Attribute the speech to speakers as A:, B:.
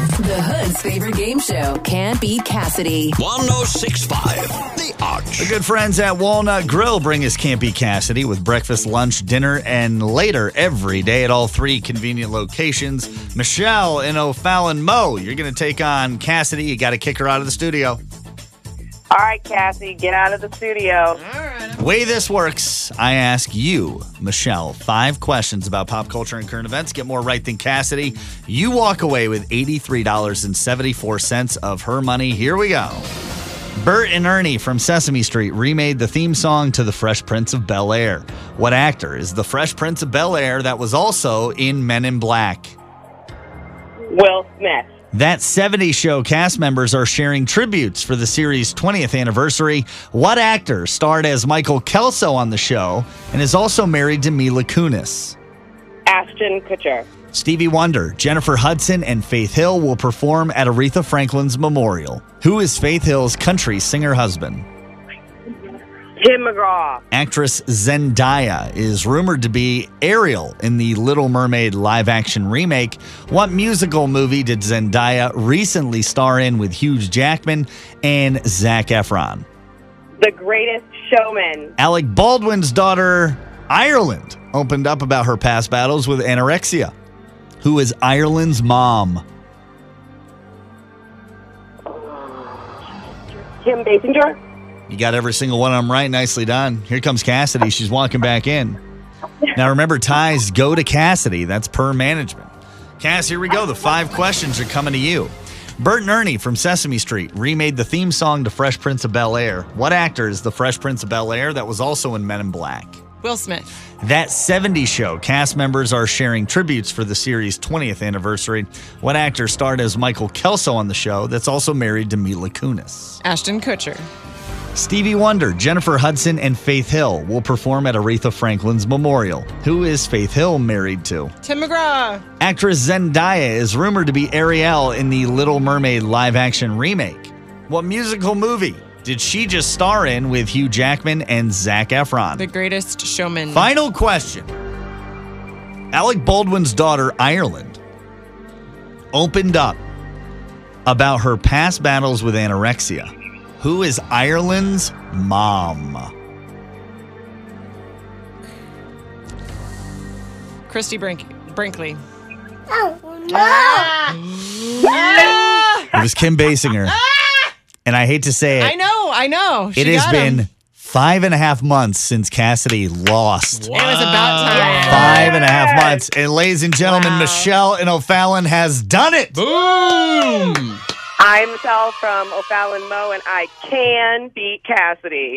A: The Hood's favorite game show can't beat Cassidy.
B: 1065 The Arch.
C: The good friends at Walnut Grill bring us Campy Cassidy with breakfast, lunch, dinner, and later every day at all three convenient locations. Michelle and O'Fallon Mo, you're going to take on Cassidy. You got to kick her out of the studio.
D: All right, Cassie, get out of the studio.
C: Way this works, I ask you, Michelle, five questions about pop culture and current events. Get more right than Cassidy. You walk away with $83.74 of her money. Here we go. Bert and Ernie from Sesame Street remade the theme song to The Fresh Prince of Bel Air. What actor is The Fresh Prince of Bel Air that was also in Men in Black?
D: Will Smith.
C: That 70 show cast members are sharing tributes for the series' 20th anniversary. What actor starred as Michael Kelso on the show and is also married to Mila Kunis?
D: Ashton Kutcher.
C: Stevie Wonder, Jennifer Hudson, and Faith Hill will perform at Aretha Franklin's memorial. Who is Faith Hill's country singer husband?
D: Tim McGraw.
C: Actress Zendaya is rumored to be Ariel in the Little Mermaid live action remake. What musical movie did Zendaya recently star in with Hugh Jackman and Zach Efron?
D: The greatest showman.
C: Alec Baldwin's daughter, Ireland, opened up about her past battles with anorexia. Who is Ireland's mom?
D: Kim Basinger.
C: You got every single one of them right. Nicely done. Here comes Cassidy. She's walking back in. Now remember, ties go to Cassidy. That's per management. Cass, here we go. The five questions are coming to you. Bert and Ernie from Sesame Street remade the theme song to Fresh Prince of Bel Air. What actor is the Fresh Prince of Bel Air that was also in Men in Black?
E: Will Smith.
C: That 70 show cast members are sharing tributes for the series' 20th anniversary. What actor starred as Michael Kelso on the show that's also married to Mila Kunis?
E: Ashton Kutcher.
C: Stevie Wonder, Jennifer Hudson, and Faith Hill will perform at Aretha Franklin's memorial. Who is Faith Hill married to?
E: Tim McGraw.
C: Actress Zendaya is rumored to be Ariel in the Little Mermaid live action remake. What musical movie did she just star in with Hugh Jackman and Zach Efron?
E: The greatest showman.
C: Final question. Alec Baldwin's daughter, Ireland, opened up about her past battles with anorexia. Who is Ireland's mom?
E: Christy Brink- Brinkley.
C: It was Kim Basinger. And I hate to say it,
E: I know, I know.
C: it
E: She
C: has
E: got
C: been
E: him.
C: five and a half months since Cassidy lost.
E: It was about time.
C: Five and a half months. And ladies and gentlemen,
E: Wow.
C: Michelle and O'Fallon has done it.
B: Boom!
D: I'm Michelle from O'Fallon Mo, and I can beat Cassidy.